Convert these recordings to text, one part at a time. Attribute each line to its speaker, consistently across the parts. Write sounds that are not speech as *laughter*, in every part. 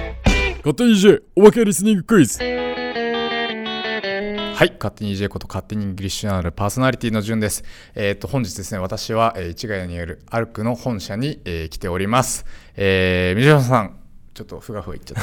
Speaker 1: 勝手に EJ お化けリスニングクイズはい勝手に EJ こと勝手にイングリッシュなるパーソナリティの順ですえっ、と本日ですね私は、えー、市ヶ谷にあるアルクの本社に、えー来ておりますえー、水島さんちょっとふがふが言っちゃった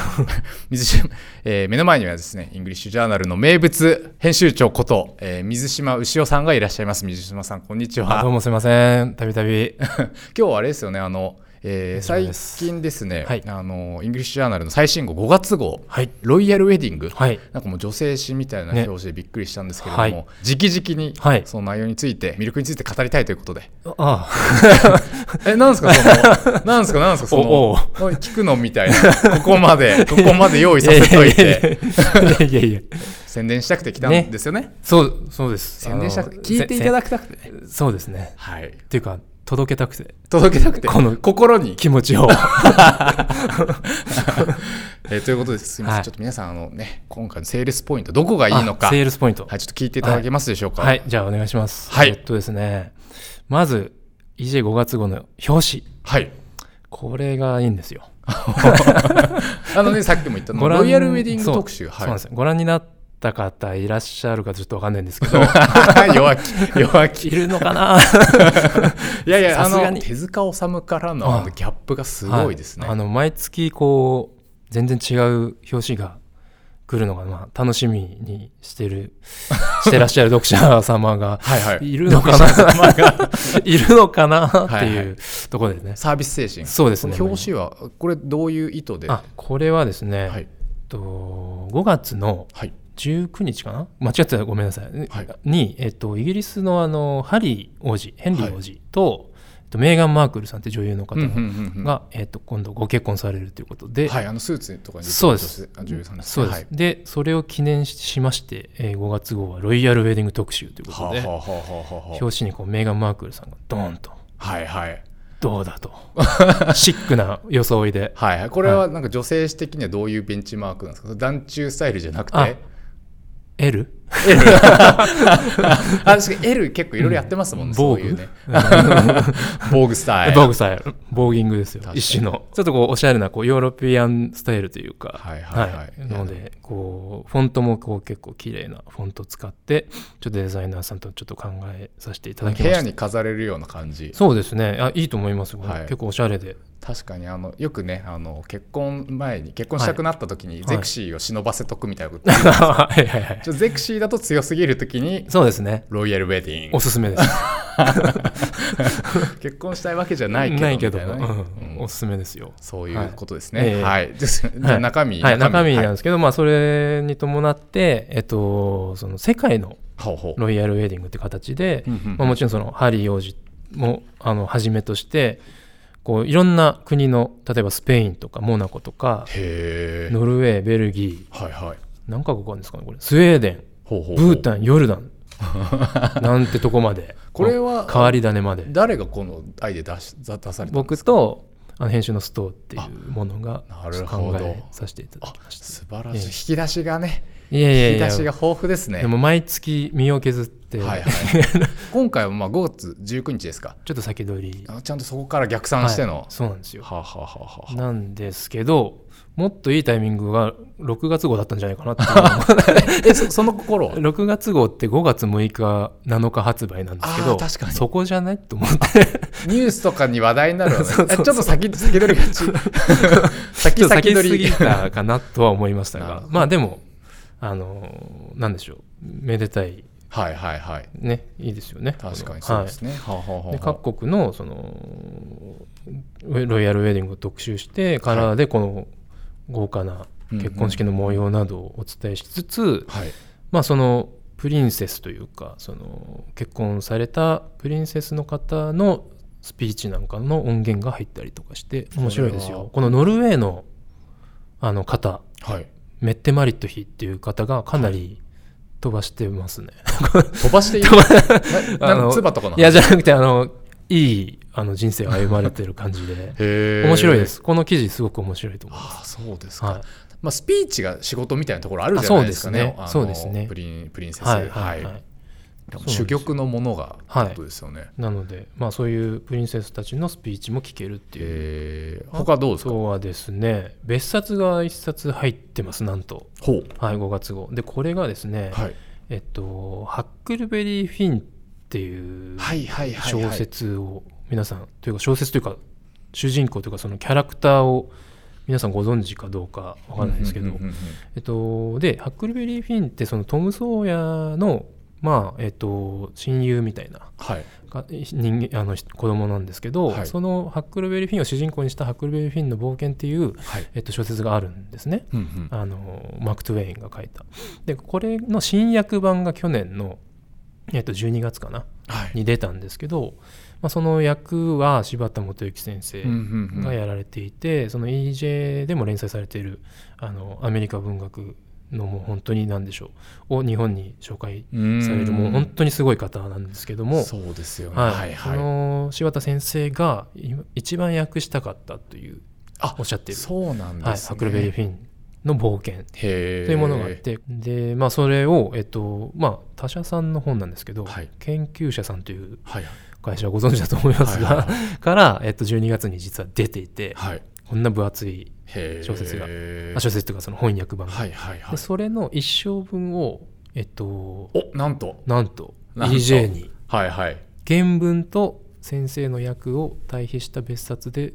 Speaker 2: *laughs*
Speaker 1: 水島、えー目の前にはですねイングリッシュジャーナルの名物編集長こと、えー水島牛尾さんがいらっしゃいます水島さんこんにちは
Speaker 2: あどうもすいません。たび
Speaker 1: *laughs*
Speaker 2: たび。
Speaker 1: 今日はあれですよねあの、えー
Speaker 2: こちら
Speaker 1: 最
Speaker 2: です
Speaker 1: 近ですね、
Speaker 2: はい
Speaker 1: あのイングリッシュジャーナルの最新号5月号、
Speaker 2: はい
Speaker 1: ロイヤルウェディング、
Speaker 2: はい
Speaker 1: なんかもう女性誌みたいな
Speaker 2: ね
Speaker 1: 表紙でびっくりしたんですけれども、
Speaker 2: はい
Speaker 1: 直々に
Speaker 2: はい
Speaker 1: その内容について、魅力について語りたいということ
Speaker 2: *laughs*
Speaker 1: で
Speaker 2: あ
Speaker 1: *laughs*
Speaker 2: あ。
Speaker 1: えなんですかそのなんですかなんですかその
Speaker 2: *laughs* お
Speaker 1: お
Speaker 2: おう
Speaker 1: い聞くのみたいなここま
Speaker 2: *laughs*
Speaker 1: でここまで用意させといて
Speaker 2: いやいやいや。いやいや
Speaker 1: 宣伝したくて来たんですよね
Speaker 2: そう、そうです。
Speaker 1: 宣伝したく
Speaker 2: あ
Speaker 1: て
Speaker 2: の
Speaker 1: 聞いていただきたくて
Speaker 2: せせそうですね。
Speaker 1: はい
Speaker 2: っていうか、届けたくて、
Speaker 1: 届けたくて
Speaker 2: この
Speaker 1: 心
Speaker 2: *laughs*
Speaker 1: に
Speaker 2: 気持ちを。
Speaker 1: えーということです。すみません、
Speaker 2: はい
Speaker 1: ちょっと皆さんあのね、今回のセールスポイントど *laughs* こがいいのか、
Speaker 2: あセー
Speaker 1: は
Speaker 2: ルスポイント。
Speaker 1: いちょっと聞いていただけますでしょうか。
Speaker 2: はい、じゃあお願いします。
Speaker 1: はい
Speaker 2: えっとですね、まず、EJ5 月号の表紙。
Speaker 1: はい。
Speaker 2: これがいいんですよ。
Speaker 1: あのね、さっきも言ったの
Speaker 2: ご覧
Speaker 1: ロイヤルウェディング特集、
Speaker 2: そう
Speaker 1: は
Speaker 2: そう
Speaker 1: い
Speaker 2: なんですよ。ご覧になった方いらっしゃるかちょっとわかんないんですけ
Speaker 1: *laughs*
Speaker 2: ど、
Speaker 1: *laughs* 弱気、弱気。
Speaker 2: いるのかな
Speaker 1: いやいや、あ
Speaker 2: さすが
Speaker 1: の
Speaker 2: に
Speaker 1: 手塚治虫からの
Speaker 2: はい
Speaker 1: あのギャップがすごいですね。
Speaker 2: はあの毎月こう全然違う表紙が来るのがまあ楽しみにして
Speaker 1: *laughs*
Speaker 2: るしてらっしゃる読者様が
Speaker 1: はいはい。
Speaker 2: いるのかな
Speaker 1: *laughs*
Speaker 2: いるのかなって
Speaker 1: はい
Speaker 2: い
Speaker 1: は
Speaker 2: うところですね。
Speaker 1: サービス精神。
Speaker 2: そうですね。
Speaker 1: この表紙はこれどういう意図で、
Speaker 2: あこれはですね、
Speaker 1: は
Speaker 2: えっ
Speaker 1: い
Speaker 2: と5月の
Speaker 1: はい
Speaker 2: 19日かな間違ってたらごめんなさい。
Speaker 1: はい
Speaker 2: に、えっと、イギリスのあのハリー王子ヘンリー王子と,、えっとメーガン・マークルさんって女優の方
Speaker 1: うんうん
Speaker 2: が、
Speaker 1: うんうん
Speaker 2: えっと、今度ご結婚されるということで、
Speaker 1: はいあのスーツとかに出てる
Speaker 2: そうです
Speaker 1: 女性あ女優さんです
Speaker 2: そ
Speaker 1: ね。
Speaker 2: うです、でそれを記念ししまして、えー5月号はロイヤルウェディング特集ということ
Speaker 1: はい。
Speaker 2: で、
Speaker 1: はあはあはあはあはあ
Speaker 2: 表紙にこうメーガン・マークルさんがドーンと
Speaker 1: はいはい。
Speaker 2: どうだとシックな装いで
Speaker 1: はいはい、これはなんか女性誌的にはどういうベンチマークなんですか、それ団中スタイルじゃなくて
Speaker 2: あ L?
Speaker 1: L あ確かに L 結構いろいろやってますもんね、そういうね *laughs* 防具スタイル
Speaker 2: ボーグスタイルボーギングですよ
Speaker 1: 確かに
Speaker 2: 一種のちょっとこうおしゃれなこうヨーロピアンスタイルというか
Speaker 1: はいはいはい
Speaker 2: なのでこうフォントもこう結構綺麗なフォント使ってちょっとデザイナーさんとちょっと考えさせていただき
Speaker 1: 部
Speaker 2: ま
Speaker 1: 屋
Speaker 2: した
Speaker 1: に飾れるような感じ
Speaker 2: そうですねあいいと思います、
Speaker 1: はい
Speaker 2: 結構おしゃれで
Speaker 1: 確かにあのよくねあの結婚前に結婚したくなった時に
Speaker 2: い
Speaker 1: ゼクシーを忍ばせとくみたいなこと、
Speaker 2: *laughs* はいはいはい
Speaker 1: ちょゼクシーだと強すぎる時
Speaker 2: *laughs*
Speaker 1: に
Speaker 2: そうですね
Speaker 1: ロイヤルウェディング
Speaker 2: おすすめです
Speaker 1: 結婚したいわけじゃないけどみたいなね
Speaker 2: うん
Speaker 1: うん
Speaker 2: おすすめですよ。
Speaker 1: そういうことですね
Speaker 2: はいええ
Speaker 1: はい、ですじゃあ中身、
Speaker 2: はい、中身なん
Speaker 1: はい
Speaker 2: ですけど、まあ、それに伴って、えっと、その世界の
Speaker 1: ほうほう
Speaker 2: ロイヤルウェディングって形で、
Speaker 1: うんうんうん
Speaker 2: まあ、もちろんそのハリー王子もあのはじめとしてこういろんな国の例えばスペインとかモナコとか
Speaker 1: へえ。
Speaker 2: ノルウェーベルギー
Speaker 1: はいはい。
Speaker 2: 何カ国あるんですかねこれスウェーデン
Speaker 1: ほうほうほう
Speaker 2: ブータンヨルダン
Speaker 1: *laughs*
Speaker 2: なんてとこまで
Speaker 1: これは
Speaker 2: 変わり種まで
Speaker 1: 誰がこのアイデア出し出されたんで
Speaker 2: 僕
Speaker 1: すか
Speaker 2: とあの編集のストーっていうものが
Speaker 1: あなるほど
Speaker 2: 考えさせていただきました
Speaker 1: 素晴らしい。
Speaker 2: ええ
Speaker 1: 引き出しがね、
Speaker 2: いやいや
Speaker 1: 引
Speaker 2: い
Speaker 1: き
Speaker 2: や
Speaker 1: 出しが豊富ですね。
Speaker 2: でも毎月身を削って、
Speaker 1: はいはい今回はまあ5月19日ですか。
Speaker 2: ちょっと先取り
Speaker 1: あちゃんとそこから逆算しての。
Speaker 2: はいそうなんですよ
Speaker 1: はあはあはあはあ
Speaker 2: なんですけどもっといいタイミングが6月号だったんじゃないかなって
Speaker 1: *laughs*
Speaker 2: いう
Speaker 1: え、そその心
Speaker 2: *laughs*
Speaker 1: は
Speaker 2: のも6月号って5月6日7日発売なんですけ
Speaker 1: あ
Speaker 2: ど
Speaker 1: ー確かに
Speaker 2: そこじゃないと思って
Speaker 1: ニュースとかに話題になるわね。えちょっと先先取り
Speaker 2: *laughs*
Speaker 1: が *laughs* ち。先
Speaker 2: ちょ
Speaker 1: 先
Speaker 2: っと先
Speaker 1: 取
Speaker 2: す
Speaker 1: り
Speaker 2: ぎ。たかなとは思いました
Speaker 1: なる
Speaker 2: が
Speaker 1: ほど
Speaker 2: まあでもあのなんでしょうめでたい
Speaker 1: *laughs* はいはいはい。
Speaker 2: ねいいですよね
Speaker 1: 確かに
Speaker 2: この
Speaker 1: そうですね。はあはあはあはあ
Speaker 2: で各国のそのロロイヤルウェディングを特集してカラーでこの豪華な結婚式の模様などをお伝えしつつ、
Speaker 1: はい。
Speaker 2: まあそのプリンセスというかその結婚されたプリンセスの方のスピーチなんかの音源が入ったりとかして面白いです
Speaker 1: それは
Speaker 2: よ。このノルウェーのあの方 *laughs*
Speaker 1: はい。
Speaker 2: メッテ・マリット妃っていう方がかなり飛ばしてますね。
Speaker 1: 飛ばしていいな
Speaker 2: *laughs*
Speaker 1: な
Speaker 2: あ
Speaker 1: ん
Speaker 2: の
Speaker 1: か唾とかの話
Speaker 2: いやじゃなくてあのいいあの人生を歩まれてる感じで
Speaker 1: へえ
Speaker 2: 面白いですこの記事すごく面白いと思いま
Speaker 1: ああそうです
Speaker 2: す、
Speaker 1: か、
Speaker 2: はい、
Speaker 1: まあ、スピーチが仕事みたいなところあるじゃないですかね
Speaker 2: あそうです
Speaker 1: あの
Speaker 2: ねそうですね
Speaker 1: プリンプリンセス
Speaker 2: はいはいはい
Speaker 1: はい多分
Speaker 2: そうなんです
Speaker 1: 主
Speaker 2: よ
Speaker 1: 玉のものが
Speaker 2: はい
Speaker 1: ことですよね。
Speaker 2: なので、まあ、そういうプリンセスたちのスピーチも聞けるっていう、
Speaker 1: えー他どうですか
Speaker 2: 今日はですね別冊が1冊入ってますなんと、
Speaker 1: ほう。
Speaker 2: はい、5月号でこれがですね、
Speaker 1: はい。
Speaker 2: えっと、ハックルベリー・フィンっていう
Speaker 1: はいはいはい、はい。
Speaker 2: 小説を皆さんというか小説というか主人公というかそのキャラクターを皆さんご存知かどうかわからないですけ
Speaker 1: う
Speaker 2: ど、
Speaker 1: んうんうんうん
Speaker 2: えっと、でハックルベリー・フィンってそのトム・ソーヤーのまあえっと親友みたいな
Speaker 1: はい。
Speaker 2: か人間あのひ子供なんですけど、
Speaker 1: はい
Speaker 2: そのハックルベリー・フィンを主人公にした「ハックルベリー・フィンの冒険」っていう、
Speaker 1: はい。
Speaker 2: えっと、小説があるんですね。
Speaker 1: うんうん
Speaker 2: あのマク・トゥウェインが書いたでこれの新訳版が去年の、えっと、12月かな
Speaker 1: はい。
Speaker 2: に出たんですけど、まあ、その役は柴田元幸先生
Speaker 1: うんうんうん
Speaker 2: がやられていて、その EJ でも連載されているあのアメリカ文学のもう本当に何でしょうを日本に紹介されるもう本当にすごい方なんですけども、
Speaker 1: そうですよね。
Speaker 2: はい
Speaker 1: はい
Speaker 2: そ
Speaker 1: はい。
Speaker 2: の柴田先生が今一番訳したかったという
Speaker 1: あ
Speaker 2: おっしゃっている「
Speaker 1: そうなんです、ね。
Speaker 2: はい、ハクルベリー・フィンの冒険」
Speaker 1: へー
Speaker 2: というものがあって、でまあ、それを、えっとまあ、他社さんの本なんですけど、
Speaker 1: はい
Speaker 2: 研究者さんという
Speaker 1: はい
Speaker 2: 会社はご存知だと思いますが、
Speaker 1: はいはい
Speaker 2: から、えっと、12月に実は出ていて、
Speaker 1: はい。
Speaker 2: こんな分厚い、
Speaker 1: へー
Speaker 2: 小説が
Speaker 1: は
Speaker 2: あ小説というかその翻訳版が、
Speaker 1: いはいはい
Speaker 2: で。それの一生分を、えっと、
Speaker 1: おなんと。
Speaker 2: なんと
Speaker 1: なんと
Speaker 2: EJ に
Speaker 1: はいはい。
Speaker 2: 原文と先生の訳を対比した別冊で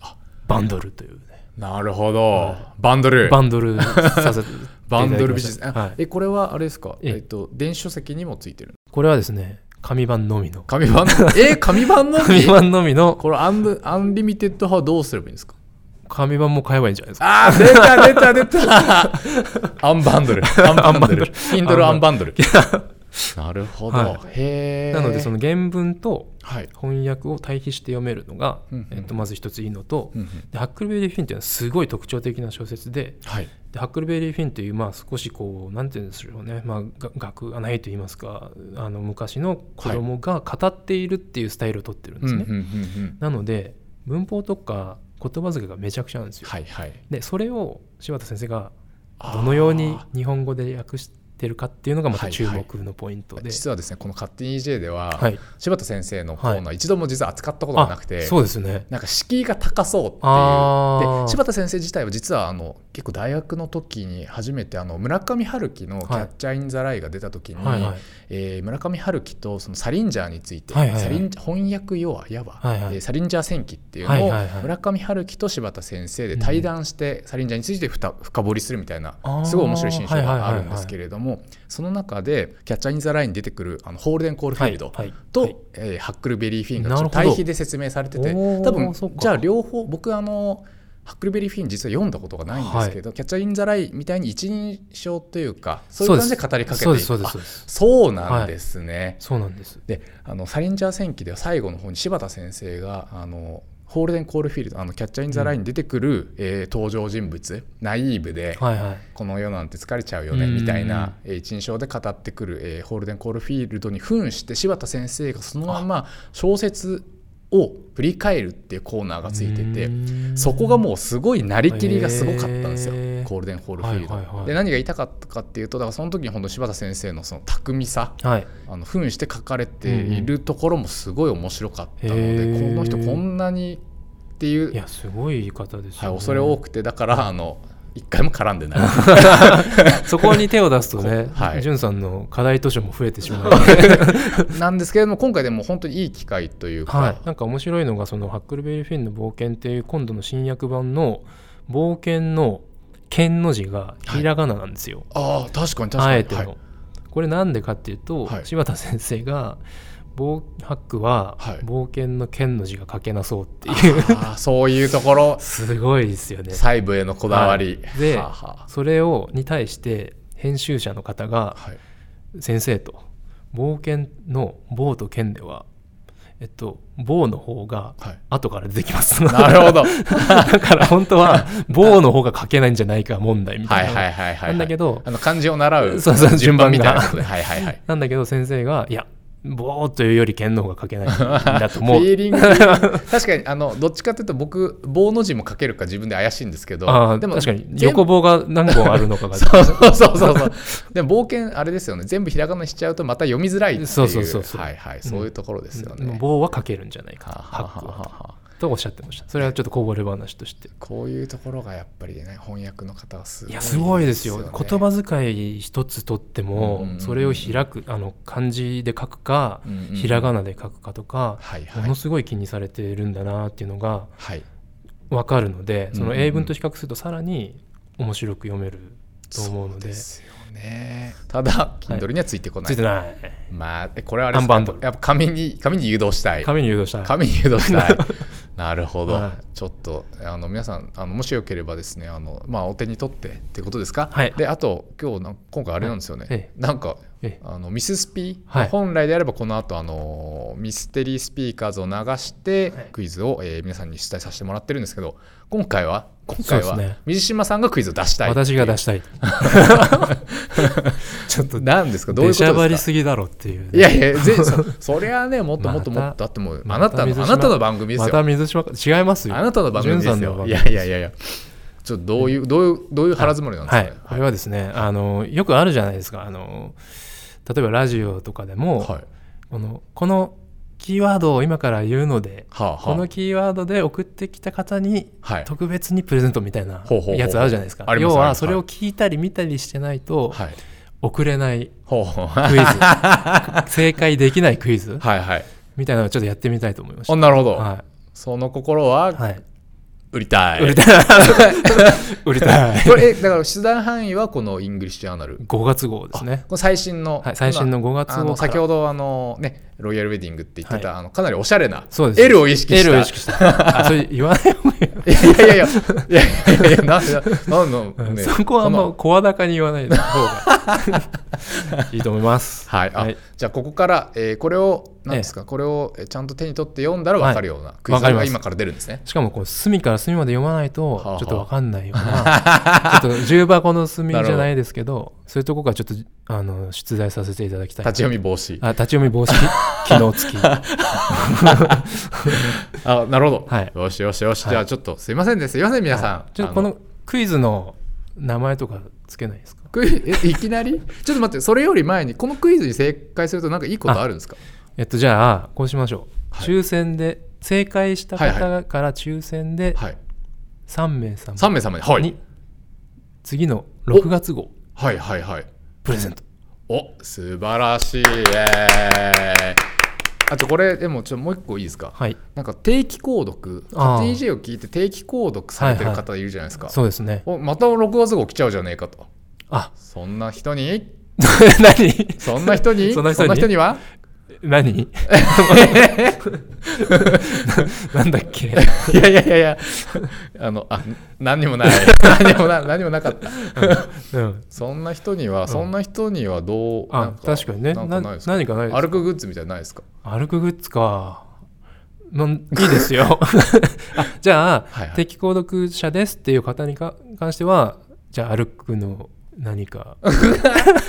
Speaker 1: あ
Speaker 2: バンドルという、ね、
Speaker 1: なるほど。
Speaker 2: は
Speaker 1: バンドル。
Speaker 2: バンドルさせていただきました
Speaker 1: *laughs* バンドルビジネス。
Speaker 2: は
Speaker 1: あ
Speaker 2: い、
Speaker 1: え、これはあれですか
Speaker 2: ええ
Speaker 1: えっと、電子書籍にもついてるの
Speaker 2: これはですね紙版のみの
Speaker 1: 紙版の
Speaker 2: *laughs*
Speaker 1: え、紙版の
Speaker 2: 紙版のみの
Speaker 1: これアンド、アンリミテッド派はどうすればいいんですか
Speaker 2: 紙版も買えばいいんじゃないです
Speaker 1: あ
Speaker 2: か
Speaker 1: あ、出た出た出た *laughs* アンバンドル。アンバンドル。インドルアンバンドル。なるほど。
Speaker 2: は
Speaker 1: へえ。
Speaker 2: なのでその原文と
Speaker 1: はい。
Speaker 2: 翻訳を対比して読めるのが、
Speaker 1: うんうん
Speaker 2: えっと、まず一ついいのと、
Speaker 1: うんうん
Speaker 2: でハックルベリー・フィンっていうのはすごい特徴的な小説で
Speaker 1: はい。
Speaker 2: でハックルベリー・フィンというまあ少しこうなんて言うんでしょうね、まあ、が学がないと言いますかあの昔の子供が語っているっていうスタイルを取ってるんで
Speaker 1: うんう
Speaker 2: す
Speaker 1: ん
Speaker 2: ね、
Speaker 1: うんうん
Speaker 2: なので文法とか言葉遣いがめちゃくちゃなんですよ、
Speaker 1: はいはい。
Speaker 2: でそれを柴田先生が
Speaker 1: あー
Speaker 2: どのように日本語で訳してるかっていうのがまた注
Speaker 1: はい
Speaker 2: 目のポイントで、
Speaker 1: 実はですね、この勝手に EJ では、
Speaker 2: はい
Speaker 1: 柴田先生のコーナー、一度も実は扱ったことがな
Speaker 2: あ
Speaker 1: くて、
Speaker 2: そうですね
Speaker 1: なんか敷居が高そうって
Speaker 2: あ
Speaker 1: いう
Speaker 2: ー
Speaker 1: で柴田先生自体は実はあの結構大学の時に初めてあの村上春樹の「キャッチャー・イン・ザ・ライ」が出た時に、
Speaker 2: はいはい
Speaker 1: えー村上春樹とそのサリンジャーについて、
Speaker 2: はいはいはい
Speaker 1: サリン翻訳要はやば、
Speaker 2: はいはい
Speaker 1: えーサリンジャー戦記っていうのを、
Speaker 2: はいはいはい
Speaker 1: 村上春樹と柴田先生で対談して、サリンジャーについてふた深掘りするみたいな
Speaker 2: あー
Speaker 1: すごい面白い新書があるんですけれども、その中で「キャッチャー・イン・ザ・ライン」に出てくるあのホールデン・コールフィールド、
Speaker 2: はいはい
Speaker 1: と、
Speaker 2: はい
Speaker 1: えーハックルベリーフィンがちょ
Speaker 2: な
Speaker 1: っ
Speaker 2: る
Speaker 1: と
Speaker 2: ほど
Speaker 1: 対比で説明されてて
Speaker 2: おー
Speaker 1: 多分
Speaker 2: そっか
Speaker 1: じゃあ両方僕あのハックルベリーフィン実は読んだことがないんですけど、キャッチャー・イン・ザ・ライみたいに一人称というかそういう感じで語りかけてい
Speaker 2: そう
Speaker 1: く
Speaker 2: ですそうですそ
Speaker 1: あそ
Speaker 2: うです
Speaker 1: うなんですね。
Speaker 2: そうなんです
Speaker 1: であのサリンジャー戦記では最後の方に柴田先生があのホールデン・コールフィールドあのキャッチャー・イン・ザ・ラインに出てくる、えー登場人物ナイーブで、
Speaker 2: はいはい
Speaker 1: この世なんて疲れちゃうよね
Speaker 2: うん
Speaker 1: みたいなえー一印象で語ってくるえーホールデン・コールフィールドに扮して柴田先生がそのまま小説を振り返るっていうコーナーがついててそこがもうすごいなりきりがすごかったんですよ
Speaker 2: へー
Speaker 1: コールデン・ホールフィールド。
Speaker 2: はいはいはい
Speaker 1: で何が言いたかったかっていうとだからその時に本当柴田先生のその巧みさ
Speaker 2: うはい
Speaker 1: あの扮して書かれているところもすごい面白かったので、
Speaker 2: うんうんへー
Speaker 1: この人こんなにっていう
Speaker 2: いやすごい言い方です
Speaker 1: はい、
Speaker 2: よ、ね
Speaker 1: 恐れ多くてだからあの一回も絡んでない。 *laughs*
Speaker 2: そこに手を出すとね、
Speaker 1: はい
Speaker 2: じゅんさんの課題図書も増えてしまう
Speaker 1: *laughs*
Speaker 2: ので、
Speaker 1: なんですけれども今回でも本当にいい機会というか、
Speaker 2: はい、なんか面白いのがその「ハックルベリー・フィンの冒険」っていう今度の新訳版の冒険の「剣」の字がひらがななんですよ、
Speaker 1: ああ確かに確かに
Speaker 2: あえての、
Speaker 1: はい
Speaker 2: これなんでかっていうと、
Speaker 1: はい
Speaker 2: 柴田先生が冒ハックは
Speaker 1: はい
Speaker 2: 冒険の「剣」の字が書けなそうっていう、
Speaker 1: ああ *laughs* そういうところ
Speaker 2: すごいですよ
Speaker 1: *laughs*
Speaker 2: ね
Speaker 1: 細部へのこだわり、
Speaker 2: はいで
Speaker 1: はあは
Speaker 2: それをに対して編集者の方
Speaker 1: あ
Speaker 2: が
Speaker 1: はい、
Speaker 2: 先生と冒険の「棒」と「剣」ではえっと「棒」の方が
Speaker 1: はい
Speaker 2: 後から出てきます
Speaker 1: なるほ *laughs* どは
Speaker 2: *laughs* だから本当は棒の方が書けないんじゃないか問題みたい
Speaker 1: い
Speaker 2: な、
Speaker 1: はいはいはい
Speaker 2: なんだけど
Speaker 1: あの漢字を習う
Speaker 2: そうそう
Speaker 1: 順番みたいな
Speaker 2: 順
Speaker 1: こ
Speaker 2: 番が
Speaker 1: とではいはいはい
Speaker 2: なんだけど先生がいやぼーっというより剣の方が書けないんだと思
Speaker 1: *laughs* フ
Speaker 2: う
Speaker 1: ィーリング確かにあのどっちかというと僕棒の字も書けるか自分で怪しいんですけど
Speaker 2: ああ
Speaker 1: で
Speaker 2: 確
Speaker 1: も
Speaker 2: かに
Speaker 1: 全部
Speaker 2: 横棒が何本あるのかが
Speaker 1: *laughs* そうそうそうそうそうでも冒険あれですよね全部ひらがなにしちゃうとまた読みづらいっていう
Speaker 2: そうそうそうそう
Speaker 1: はいはいそういうところですよね、
Speaker 2: うん棒は書けるんじゃないか
Speaker 1: は
Speaker 2: と
Speaker 1: あ
Speaker 2: ハ
Speaker 1: は
Speaker 2: ック
Speaker 1: あはあ
Speaker 2: は
Speaker 1: はあ
Speaker 2: とおっしゃってましたそれはちょっとこぼれ話として
Speaker 1: こういうところがやっぱりね翻訳の方はすごい
Speaker 2: いやすごいですよ
Speaker 1: ね
Speaker 2: 言葉遣い一つとって
Speaker 1: うんうん
Speaker 2: も
Speaker 1: うん
Speaker 2: それを開くあの漢字で書くか
Speaker 1: うんうんうん
Speaker 2: ひらがなで書くかとか
Speaker 1: はい
Speaker 2: も
Speaker 1: はい
Speaker 2: のすごい気にされてるんだなっていうのが
Speaker 1: はい
Speaker 2: 分かるのでそ
Speaker 1: うん
Speaker 2: の
Speaker 1: うんうん
Speaker 2: 英文と比較するとさらに面白く読めると思うのでつ
Speaker 1: すよねただ Kindle にはついてこない、
Speaker 2: いてない
Speaker 1: まあえこれはあれです
Speaker 2: アンバウンド
Speaker 1: やっぱ紙に紙に誘導したい
Speaker 2: 紙に誘導したい
Speaker 1: 紙に誘導したいなるほど、
Speaker 2: は
Speaker 1: ちょっとあの皆さんあのもしよければですねあの、まあ、お手に取ってってことですか、
Speaker 2: はい
Speaker 1: であと今日なん今回あれなんですよね、
Speaker 2: はいえ
Speaker 1: なんか
Speaker 2: ええ
Speaker 1: あのミススピ、
Speaker 2: はい
Speaker 1: 本来であればこの後あのミステリースピーカーズを流して
Speaker 2: はい
Speaker 1: クイズを、えー皆さんに出題させてもらってるんですけど今回は今回
Speaker 2: そう
Speaker 1: は、
Speaker 2: ですね
Speaker 1: 水島さんがクイズを出したい
Speaker 2: 私が出したいちょっと
Speaker 1: なんですかどういうこと
Speaker 2: 出し
Speaker 1: です
Speaker 2: ゃ
Speaker 1: か
Speaker 2: ばりすぎだろっていう
Speaker 1: いやいや、ぜそそりゃあね、もっともっともっ
Speaker 2: ま
Speaker 1: と、
Speaker 2: た
Speaker 1: だってもう、
Speaker 2: *laughs* ま
Speaker 1: あ
Speaker 2: た
Speaker 1: なたの、
Speaker 2: 水
Speaker 1: あ
Speaker 2: 島
Speaker 1: なたの番組です
Speaker 2: ま
Speaker 1: よ。
Speaker 2: た水島か違います
Speaker 1: あ
Speaker 2: よ
Speaker 1: なたの番組で
Speaker 2: 潤さん
Speaker 1: す
Speaker 2: の番
Speaker 1: よ。い
Speaker 2: 組
Speaker 1: やいやいやいや、ちょっとどういう、どういう、どういう腹積もりなんですか
Speaker 2: は
Speaker 1: ね
Speaker 2: い、これはですね、あのよくあるじゃないですかあの例えばラジオとかでも、
Speaker 1: はい。
Speaker 2: このこのキーワードを今から言うので、
Speaker 1: はあはあ
Speaker 2: このキーワードで送ってきた方に
Speaker 1: はい
Speaker 2: 特別にプレゼントみたいな
Speaker 1: ほうほうほう
Speaker 2: やつあるじゃないですか、
Speaker 1: あります
Speaker 2: 要
Speaker 1: ありま
Speaker 2: は
Speaker 1: す
Speaker 2: それを聞いたり見たりしてないと
Speaker 1: はい。
Speaker 2: 送れない
Speaker 1: ほうほう。 *laughs*
Speaker 2: クイ
Speaker 1: は
Speaker 2: ズ、正解できないクイズ
Speaker 1: いはい。
Speaker 2: みたいなのをちょっとやってみたいと思いまし
Speaker 1: お
Speaker 2: た。
Speaker 1: なるほど。
Speaker 2: は
Speaker 1: その心
Speaker 2: い、
Speaker 1: は、
Speaker 2: はい、
Speaker 1: 売りたい。
Speaker 2: 売りたい売りたい
Speaker 1: これ、えだから、出題範囲はこのイングリッシュアナル。
Speaker 2: 5月号ですね
Speaker 1: この最新の、
Speaker 2: はい最新の5月号
Speaker 1: あの
Speaker 2: から
Speaker 1: 先ほどあのねロイヤルウェディングって言ってた、あのかなりおしゃれな
Speaker 2: そうです
Speaker 1: L を意識した
Speaker 2: L を意識したあそれ言わない方がいい
Speaker 1: いや *laughs* いやいやいやいやいやなんでなんの、ね、
Speaker 2: そこはあんま声高に言わない方がいいと思い
Speaker 1: *laughs*
Speaker 2: ます。
Speaker 1: はい、あ
Speaker 2: はい
Speaker 1: じゃあここから、えーこれを何ですか、これをえーちゃんと手に取って読んだら分かるようなクイズ
Speaker 2: わかりま
Speaker 1: が
Speaker 2: す
Speaker 1: 今から出るんですね。
Speaker 2: しかもこう隅から隅まで読まない
Speaker 1: はあは
Speaker 2: と
Speaker 1: あ
Speaker 2: ちょっとわかんないよう
Speaker 1: *laughs*
Speaker 2: なちょっと重箱の隅じゃないですけどそういうとこからちょっとあの出題させていただきたい
Speaker 1: 立ち読み防止。
Speaker 2: あ立ち読み防止機
Speaker 1: *laughs*
Speaker 2: 能付き
Speaker 1: あ、なるほど。
Speaker 2: はい
Speaker 1: よしよしよし。
Speaker 2: はい
Speaker 1: じゃあちょっとすいませんね。すいません皆さん。
Speaker 2: ちょっとこのクイズの名前とかつけないですか
Speaker 1: あのクイえいきなり？ちょっと待って。それより前にこのクイズに正解するとなんかいいことあるんですか？
Speaker 2: えっとじゃあこうしましょう、
Speaker 1: はい
Speaker 2: 抽選で正解した
Speaker 1: はい
Speaker 2: 方から抽選で
Speaker 1: はい。
Speaker 2: 3名様
Speaker 1: 三名様に。はい。
Speaker 2: に次の6月号
Speaker 1: はいはいはい。
Speaker 2: プレゼント
Speaker 1: お素晴らしい。イエーイあとこれでもちょっともう一個いいですか？
Speaker 2: はい
Speaker 1: なんか定期購読、
Speaker 2: あー
Speaker 1: DJ を聞いて定期購読されてる方いるじゃないですか。
Speaker 2: そうですね
Speaker 1: おまた6月号来ちゃうじゃねえかと
Speaker 2: あ
Speaker 1: そんな人に
Speaker 2: *laughs* 何
Speaker 1: そんな人に
Speaker 2: *laughs* そんな人に
Speaker 1: は *laughs*
Speaker 2: 何 *laughs* なんだっけ
Speaker 1: いやいやいやいやあのあ何にもない何にもな何にもなかった
Speaker 2: うん
Speaker 1: そんな人には、そんな人にはどうな
Speaker 2: あ
Speaker 1: んか
Speaker 2: 確かにね
Speaker 1: なん
Speaker 2: な
Speaker 1: かないですか
Speaker 2: 何かないです
Speaker 1: 歩くグッズみたいなのないですか
Speaker 2: 歩くグッズかなんいいです
Speaker 1: *laughs*
Speaker 2: よあじゃあ、
Speaker 1: はいはい
Speaker 2: 敵購読者ですっていう方にか関してはじゃあ歩くの何か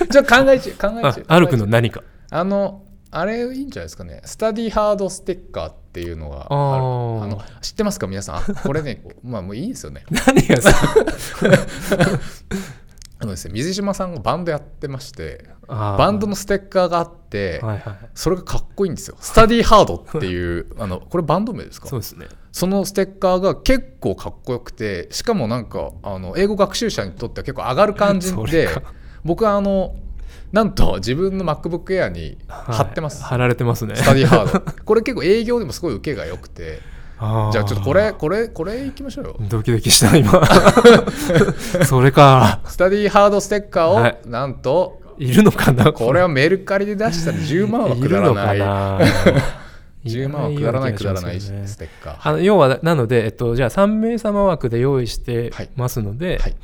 Speaker 1: じゃあ考え中考え
Speaker 2: あ
Speaker 1: 中
Speaker 2: 歩くの
Speaker 1: 考え中
Speaker 2: 何か
Speaker 1: あのあれいいんじゃないですかねスタディハードステッカーっていうのがある
Speaker 2: あー
Speaker 1: あの知ってますか皆さんあこれね *laughs* まあもういいですよね
Speaker 2: 何
Speaker 1: *laughs*
Speaker 2: がさ
Speaker 1: あのですね水島さんがバンドやってまして
Speaker 2: あー
Speaker 1: バンドのステッカーがあって、
Speaker 2: はいはい
Speaker 1: それがかっこいいんですよ。スタディーハードっていう、あの、これバンド名ですか
Speaker 2: そう
Speaker 1: そ
Speaker 2: ですね
Speaker 1: のステッカーが結構かっこよくて、しかもなんか、あの、英語学習者にとっては結構上がる感じ
Speaker 2: *laughs* それ
Speaker 1: で
Speaker 2: か、
Speaker 1: 僕はあの、なんと自分の MacBook Air に貼ってます。
Speaker 2: はい貼られてますね
Speaker 1: スタディーハード。これ結構営業でもすごい受けが良くて、
Speaker 2: あー
Speaker 1: じゃあちょっとこれ、これ、これいきましょうよ。
Speaker 2: ドキドキし
Speaker 1: *laughs*
Speaker 2: た今それか
Speaker 1: スタディーハードステッカーを、
Speaker 2: はい
Speaker 1: なんと、
Speaker 2: いるのかな
Speaker 1: これはメルカリで出したら10万はくだらない。
Speaker 2: いるのかな
Speaker 1: *laughs* 10万はくだらないくだらない
Speaker 2: い
Speaker 1: ス
Speaker 2: らないような気がします
Speaker 1: テ
Speaker 2: よね
Speaker 1: ッカー。
Speaker 2: あの要はなので、えっと、じゃあ3名様枠で用意してますので、
Speaker 1: はい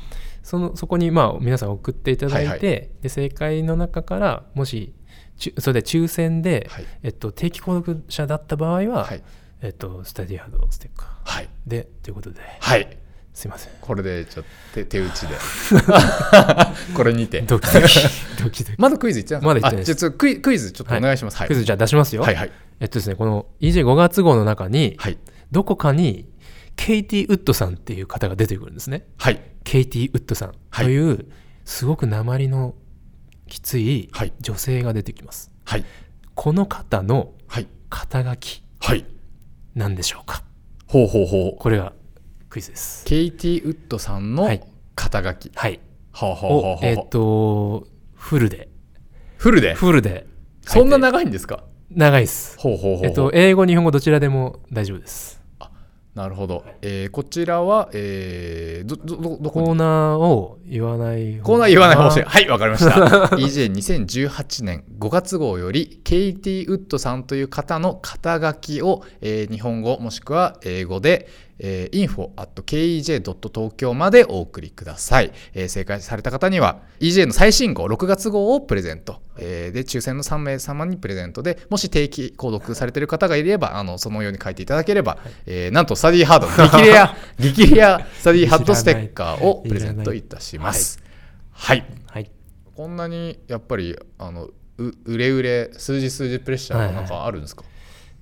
Speaker 2: そのそこにまあ皆さん送っていただいて、
Speaker 1: はいはい
Speaker 2: で正解の中からもしちゅそれで抽選で、
Speaker 1: はい
Speaker 2: えっと、定期購読者だった場合は、
Speaker 1: はい
Speaker 2: えっと、スタディハードステッカ
Speaker 1: はい
Speaker 2: ーでということで
Speaker 1: はい
Speaker 2: すいません
Speaker 1: これでちょっと手手打ち *laughs* でこれにて
Speaker 2: ドキ
Speaker 1: *laughs*
Speaker 2: ドキドキドキ
Speaker 1: まだクイズいってない
Speaker 2: まだ言ってない
Speaker 1: あ
Speaker 2: で
Speaker 1: じ
Speaker 2: す
Speaker 1: ゃあちょっとクイクイズちょっとお願いします、はい、
Speaker 2: クイズじゃあ出しますよ、
Speaker 1: はいはい
Speaker 2: えっとですねこの EJ5 月号の中に、
Speaker 1: はい
Speaker 2: どこかにケイティ・ウッドさんっていう方が出てくるんですね
Speaker 1: はい
Speaker 2: ケイティ・ウッドさん
Speaker 1: はい
Speaker 2: という、すごく鉛のきつい
Speaker 1: はい
Speaker 2: 女性が出てきます、
Speaker 1: はい
Speaker 2: この方の
Speaker 1: はい
Speaker 2: 肩書き
Speaker 1: はい
Speaker 2: なんでしょうか
Speaker 1: ほうほうほう
Speaker 2: これがクイズです
Speaker 1: ケイティ・ウッドさんの
Speaker 2: はい
Speaker 1: 肩書き、
Speaker 2: はい
Speaker 1: はあはあはあは
Speaker 2: を
Speaker 1: あ
Speaker 2: えっ、とフルで
Speaker 1: フルで
Speaker 2: フルで書いて
Speaker 1: そんな長いんですか
Speaker 2: 長いです
Speaker 1: ほうほうほうほう
Speaker 2: えっと英語日本語どちらでも大丈夫です
Speaker 1: なるほど、えーこちらは、えーどどどどこ
Speaker 2: コー
Speaker 1: に
Speaker 2: ナーを言わない
Speaker 1: コーナー言わない方針
Speaker 2: が
Speaker 1: はいわかりました *laughs* EJ2018 年5月号よりケイティ・ウッドさんという方の肩書きを、えー日本語もしくは英語で、えー、info.kej.tokyo までお送りください、えー正解された方には EJ の最新号6月号をプレゼント、えーで抽選の3名様にプレゼントでもし定期購読されている方がいればあのそのように書いていただければ、えーなんとスタディハード激レア激レアスタディハットステッカーをプレゼントいたしますはい
Speaker 2: はい
Speaker 1: こんなにやっぱりあのううれうれ数字数字プレッシャーがなんかあるんですか、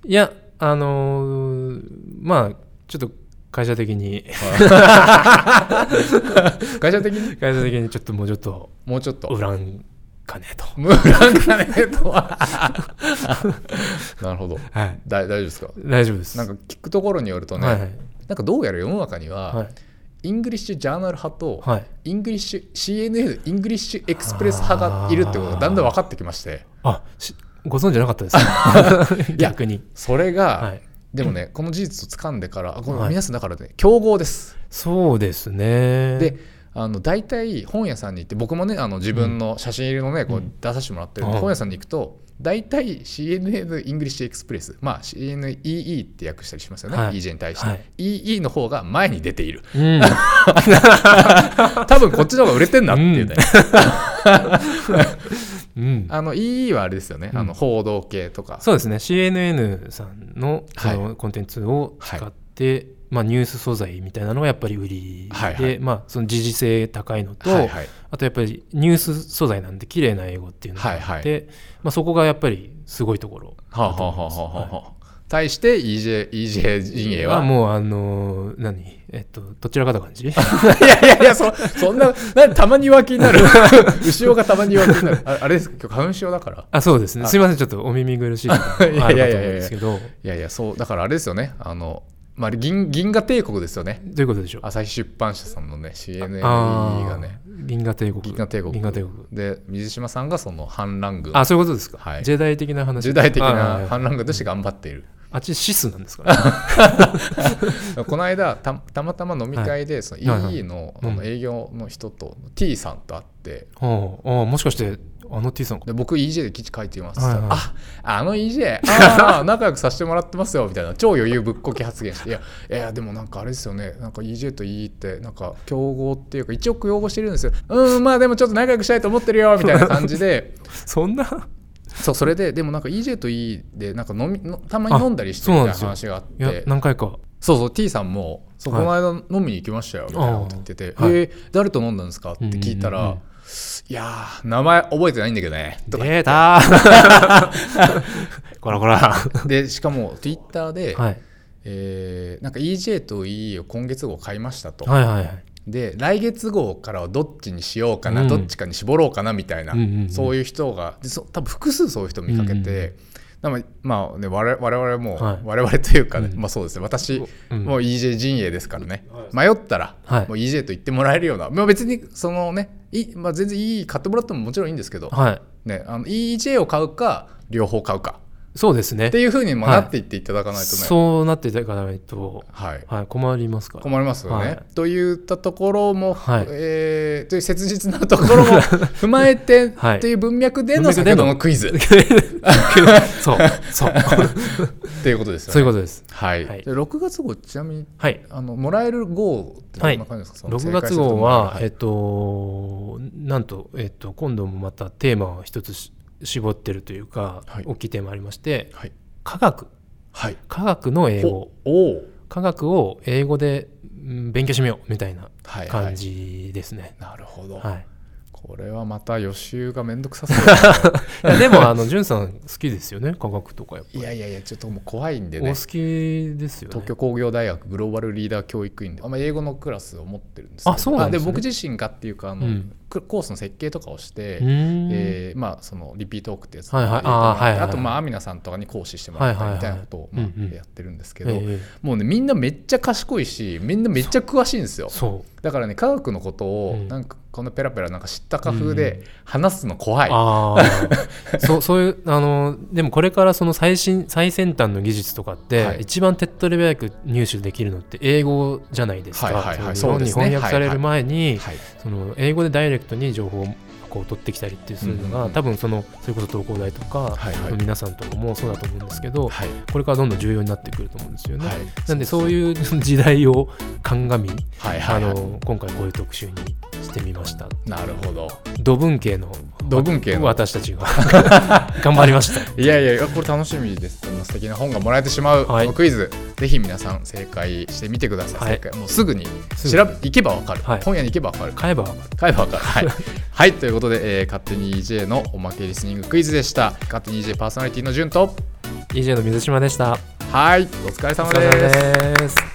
Speaker 2: いやあのーまあちょっと会社的に
Speaker 1: 会社的に
Speaker 2: 会社的にちょっともうちょっと
Speaker 1: もうちょっと
Speaker 2: 売らんかねと
Speaker 1: 無難かねとは *laughs* なるほど
Speaker 2: はい
Speaker 1: だ大丈夫ですか
Speaker 2: 大丈夫です
Speaker 1: なんか聞くところによるとね、
Speaker 2: はいはい
Speaker 1: なんかどうやら世の中には、
Speaker 2: はい
Speaker 1: イングリッシュジャーナル派と、
Speaker 2: はい
Speaker 1: イングリッシュ CNN イングリッシュエクスプレス派がいるってことがだんだん分かってきまして
Speaker 2: あしご存知なかったです *laughs*
Speaker 1: いや
Speaker 2: 逆に
Speaker 1: それが、
Speaker 2: はい
Speaker 1: でもねこの事実を掴んでからあこの
Speaker 2: はい
Speaker 1: 皆さんだからね競合です
Speaker 2: そうですね
Speaker 1: であの大体本屋さんに行って僕もねあの自分の写真入りのね、こ
Speaker 2: う
Speaker 1: うん出させてもらってるんで、
Speaker 2: うん
Speaker 1: 本屋さんに行くと大体 CNN イングリッシュエクスプレスまあ CNEE って訳したりしますよね、
Speaker 2: はい
Speaker 1: EJ に対して、
Speaker 2: はい
Speaker 1: EE の方が前に出ている
Speaker 2: うん
Speaker 1: 多分こっちの方が売れてんだっていうね、
Speaker 2: うん
Speaker 1: あの EE はあれですよね、あの
Speaker 2: うん
Speaker 1: 報道系とか
Speaker 2: そうですね CNN さんのそ
Speaker 1: はい
Speaker 2: のコンテンツを使って、まあ、ニュース素材みたいなのがやっぱり売りで、
Speaker 1: はいはい
Speaker 2: まあ、その時事性高いのと、
Speaker 1: はいはい
Speaker 2: あとやっぱりニュース素材なんで綺麗な英語っていうのがあって、
Speaker 1: はい
Speaker 2: まあ、そこがやっぱりすごいところ
Speaker 1: はあはあはあはあはあ対して EJ, EJ 陣営は、
Speaker 2: はもうあのー何えっとどちらかた感じ
Speaker 1: *laughs* いやいやいや、そそんな、なんたまに弱気に
Speaker 2: *laughs*
Speaker 1: なる。後ろがたまに弱気になる。ああれですか、今日花粉症だから。
Speaker 2: あそうですねすいませんちょっとお耳苦しいところもあるかと思うんですけど
Speaker 1: *laughs* いやいや、そう、だからあれですよね。あの、まあ、銀銀河帝国ですよね。
Speaker 2: どういうことでしょう
Speaker 1: 朝日出版社さんのね、CNN
Speaker 2: あ
Speaker 1: が
Speaker 2: ー
Speaker 1: ね。
Speaker 2: 銀河帝国
Speaker 1: 銀河帝国
Speaker 2: 銀河帝国
Speaker 1: で、水島さんがその反乱軍。
Speaker 2: あそういうことですか、
Speaker 1: はい
Speaker 2: 時代的な話
Speaker 1: 時代的
Speaker 2: あはい
Speaker 1: な
Speaker 2: はい
Speaker 1: 反乱軍として頑張ってい
Speaker 2: *laughs*
Speaker 1: る。
Speaker 2: あっちシスなんです
Speaker 1: *laughs*
Speaker 2: かね
Speaker 1: この間た、たまたま飲み会で、その
Speaker 2: はいはい
Speaker 1: EE の
Speaker 2: うん
Speaker 1: あの営業の人と T さんと会って、
Speaker 2: おうおうもしかしてあの T さんか
Speaker 1: で僕 EJ で記事書いています、
Speaker 2: はいはい
Speaker 1: ああの
Speaker 2: *laughs*
Speaker 1: EJ ああ仲良くさせてもらってますよみたいな超余裕ぶっこき発言していやいやでもなんかあれですよねなんか EJ と EE ってなんか競合っていうか一応擁護してるんですようんまあでもちょっと仲良くしたいと思ってるよみたいな感じ
Speaker 2: *laughs*
Speaker 1: で
Speaker 2: そんな
Speaker 1: そうそれででもなんか EJ と EE でなんか飲みのたまに飲んだりして
Speaker 2: あ
Speaker 1: み
Speaker 2: そう
Speaker 1: たい
Speaker 2: なん
Speaker 1: な
Speaker 2: ですよ
Speaker 1: 話があっ
Speaker 2: いや
Speaker 1: て
Speaker 2: 何回か
Speaker 1: そうそう T さんも「そうこ
Speaker 2: はい
Speaker 1: の間飲みに行きましたよ」みたいなこと言ってて「
Speaker 2: あーはい
Speaker 1: えー誰と飲んだんですか?」って聞いた
Speaker 2: うんうん
Speaker 1: ら
Speaker 2: うん
Speaker 1: 「いやー名前覚えてないんだけどね」とか
Speaker 2: 出
Speaker 1: *laughs*
Speaker 2: た *laughs* こらこらは
Speaker 1: でしかもツイッターで、
Speaker 2: い
Speaker 1: えーなんか EJ と EE を今月号買いましたと、
Speaker 2: はいはいはい
Speaker 1: で来月号からはどっちにしようかな、
Speaker 2: うん
Speaker 1: どっちかに絞ろうかなみたいな、
Speaker 2: うんうんうん
Speaker 1: そういう人がでそ多分複数そういう人見かけて、なんかまあね、我々我々も、
Speaker 2: はい
Speaker 1: 我々というかね、
Speaker 2: うん
Speaker 1: まあ、そうですね私、
Speaker 2: うん
Speaker 1: もう EJ 陣営ですからね、迷ったら、
Speaker 2: はい
Speaker 1: もう EJ と言ってもらえるような、まあ、別にそのねい、まあ、全然 EE 買ってもらってももちろんいいんですけど、
Speaker 2: はい
Speaker 1: ね、あの EJ を買うか両方買うか
Speaker 2: そうですね
Speaker 1: っていうふうにまあ
Speaker 2: は
Speaker 1: ないっていっていただかないとね、
Speaker 2: そうなっていただかないと、
Speaker 1: はい、
Speaker 2: はい、困りますから
Speaker 1: 困りますよね。
Speaker 2: はい
Speaker 1: といったところも、
Speaker 2: はい
Speaker 1: えーという切実なところも
Speaker 2: *laughs*
Speaker 1: 踏まえて、
Speaker 2: はい
Speaker 1: という文脈での
Speaker 2: 文脈
Speaker 1: 先
Speaker 2: で
Speaker 1: ほ
Speaker 2: の
Speaker 1: どのク
Speaker 2: *laughs*
Speaker 1: イズ
Speaker 2: そう
Speaker 1: *laughs*
Speaker 2: そう
Speaker 1: っていうことですよ
Speaker 2: そうい
Speaker 1: ね。
Speaker 2: うことです
Speaker 1: はい、
Speaker 2: はい
Speaker 1: で6月号ちなみに
Speaker 2: はい
Speaker 1: あのもらえる号ってどんな感じですか、そ
Speaker 2: 6
Speaker 1: の正解
Speaker 2: 月
Speaker 1: すると
Speaker 2: 号
Speaker 1: もらえる
Speaker 2: は、えっと、なんと、えっと、今度もまたテーマを一つし絞ってるというか、
Speaker 1: はい
Speaker 2: 大きいテーマありまして、
Speaker 1: はい
Speaker 2: 科学、
Speaker 1: はい、
Speaker 2: 科学の
Speaker 1: はい、
Speaker 2: 英
Speaker 1: お
Speaker 2: 語、
Speaker 1: おー
Speaker 2: 科学を英語でうん勉強してみようみたいな
Speaker 1: はいはい
Speaker 2: 感じですね。
Speaker 1: なるほど、
Speaker 2: はい
Speaker 1: これはまた予習がめんどくさ
Speaker 2: *laughs*
Speaker 1: そう
Speaker 2: いやでもあの *laughs* んさん好きですよね科学とかやっぱり。
Speaker 1: いやいやいやちょっともう怖いんで
Speaker 2: お
Speaker 1: ね
Speaker 2: 好きですよね。
Speaker 1: 東京工業大学グローバルリーダー教育院であんま英語のクラスを持ってるんですけど
Speaker 2: あそうなんですね
Speaker 1: 僕自身がっていうかあの、
Speaker 2: うん
Speaker 1: クコースの設計とかをして、
Speaker 2: うーん
Speaker 1: えーまあ、そのリピートオークってやつと
Speaker 2: はい
Speaker 1: か
Speaker 2: は
Speaker 1: 入れてもらって
Speaker 2: いあーはいはいはい
Speaker 1: あと、まあ、アミナさんとかに講師してもらったりみたいなことを、
Speaker 2: はいはいはい
Speaker 1: ま
Speaker 2: うんうん
Speaker 1: あ、やってるんですけど、
Speaker 2: ええ
Speaker 1: もうねみんなめっちゃ賢いしみんなめっちゃ詳しいんですよ
Speaker 2: そう。
Speaker 1: だからね科学のことを、
Speaker 2: うん
Speaker 1: なんかこのペラペラなんか知ったか風
Speaker 2: う
Speaker 1: で話すの怖い、
Speaker 2: ああそうそういうあのでもこれからその最新最先端の技術とかって、
Speaker 1: はい
Speaker 2: 一番手っ取り早く入手できるのって英語じゃないですか、
Speaker 1: はいはいはい
Speaker 2: その
Speaker 1: そうで
Speaker 2: 日
Speaker 1: すね
Speaker 2: 本に翻訳される前に、
Speaker 1: はい
Speaker 2: その英語でダイレクトに情報をこう取ってきたりってするのが、
Speaker 1: うんうんうん
Speaker 2: 多分そのそれこそ東工大とか、
Speaker 1: はいはい
Speaker 2: 皆さんとかもそうだと思うんですけど、
Speaker 1: はい
Speaker 2: これからどんどん重要になってくると思うんですよね。
Speaker 1: はい
Speaker 2: なんでそういう時代を鑑み、
Speaker 1: はいはいはい
Speaker 2: あの今回こういう特集にしてみました。
Speaker 1: なるほど
Speaker 2: 土文系の
Speaker 1: 土文系の
Speaker 2: 私たちが *laughs* 頑張りました。 *laughs*
Speaker 1: いやいやいやこれ楽しみですそんな素敵な本がもらえてしまう、
Speaker 2: はい
Speaker 1: このクイズぜひ皆さん正解してみてください、
Speaker 2: はい
Speaker 1: 正解もうすぐに
Speaker 2: すぐ
Speaker 1: 調べ行けばわかる、
Speaker 2: はい
Speaker 1: 本屋に行けばわかる
Speaker 2: 買えばわか
Speaker 1: 買えばわかるはい、はい、ということで、えー勝手に EJ のおまけリスニングクイズでした勝手に EJ パーソナリティの順と
Speaker 2: る EJ の水島でした。
Speaker 1: はいお疲れ
Speaker 2: お
Speaker 1: 様
Speaker 2: 疲れ
Speaker 1: です
Speaker 2: 様です。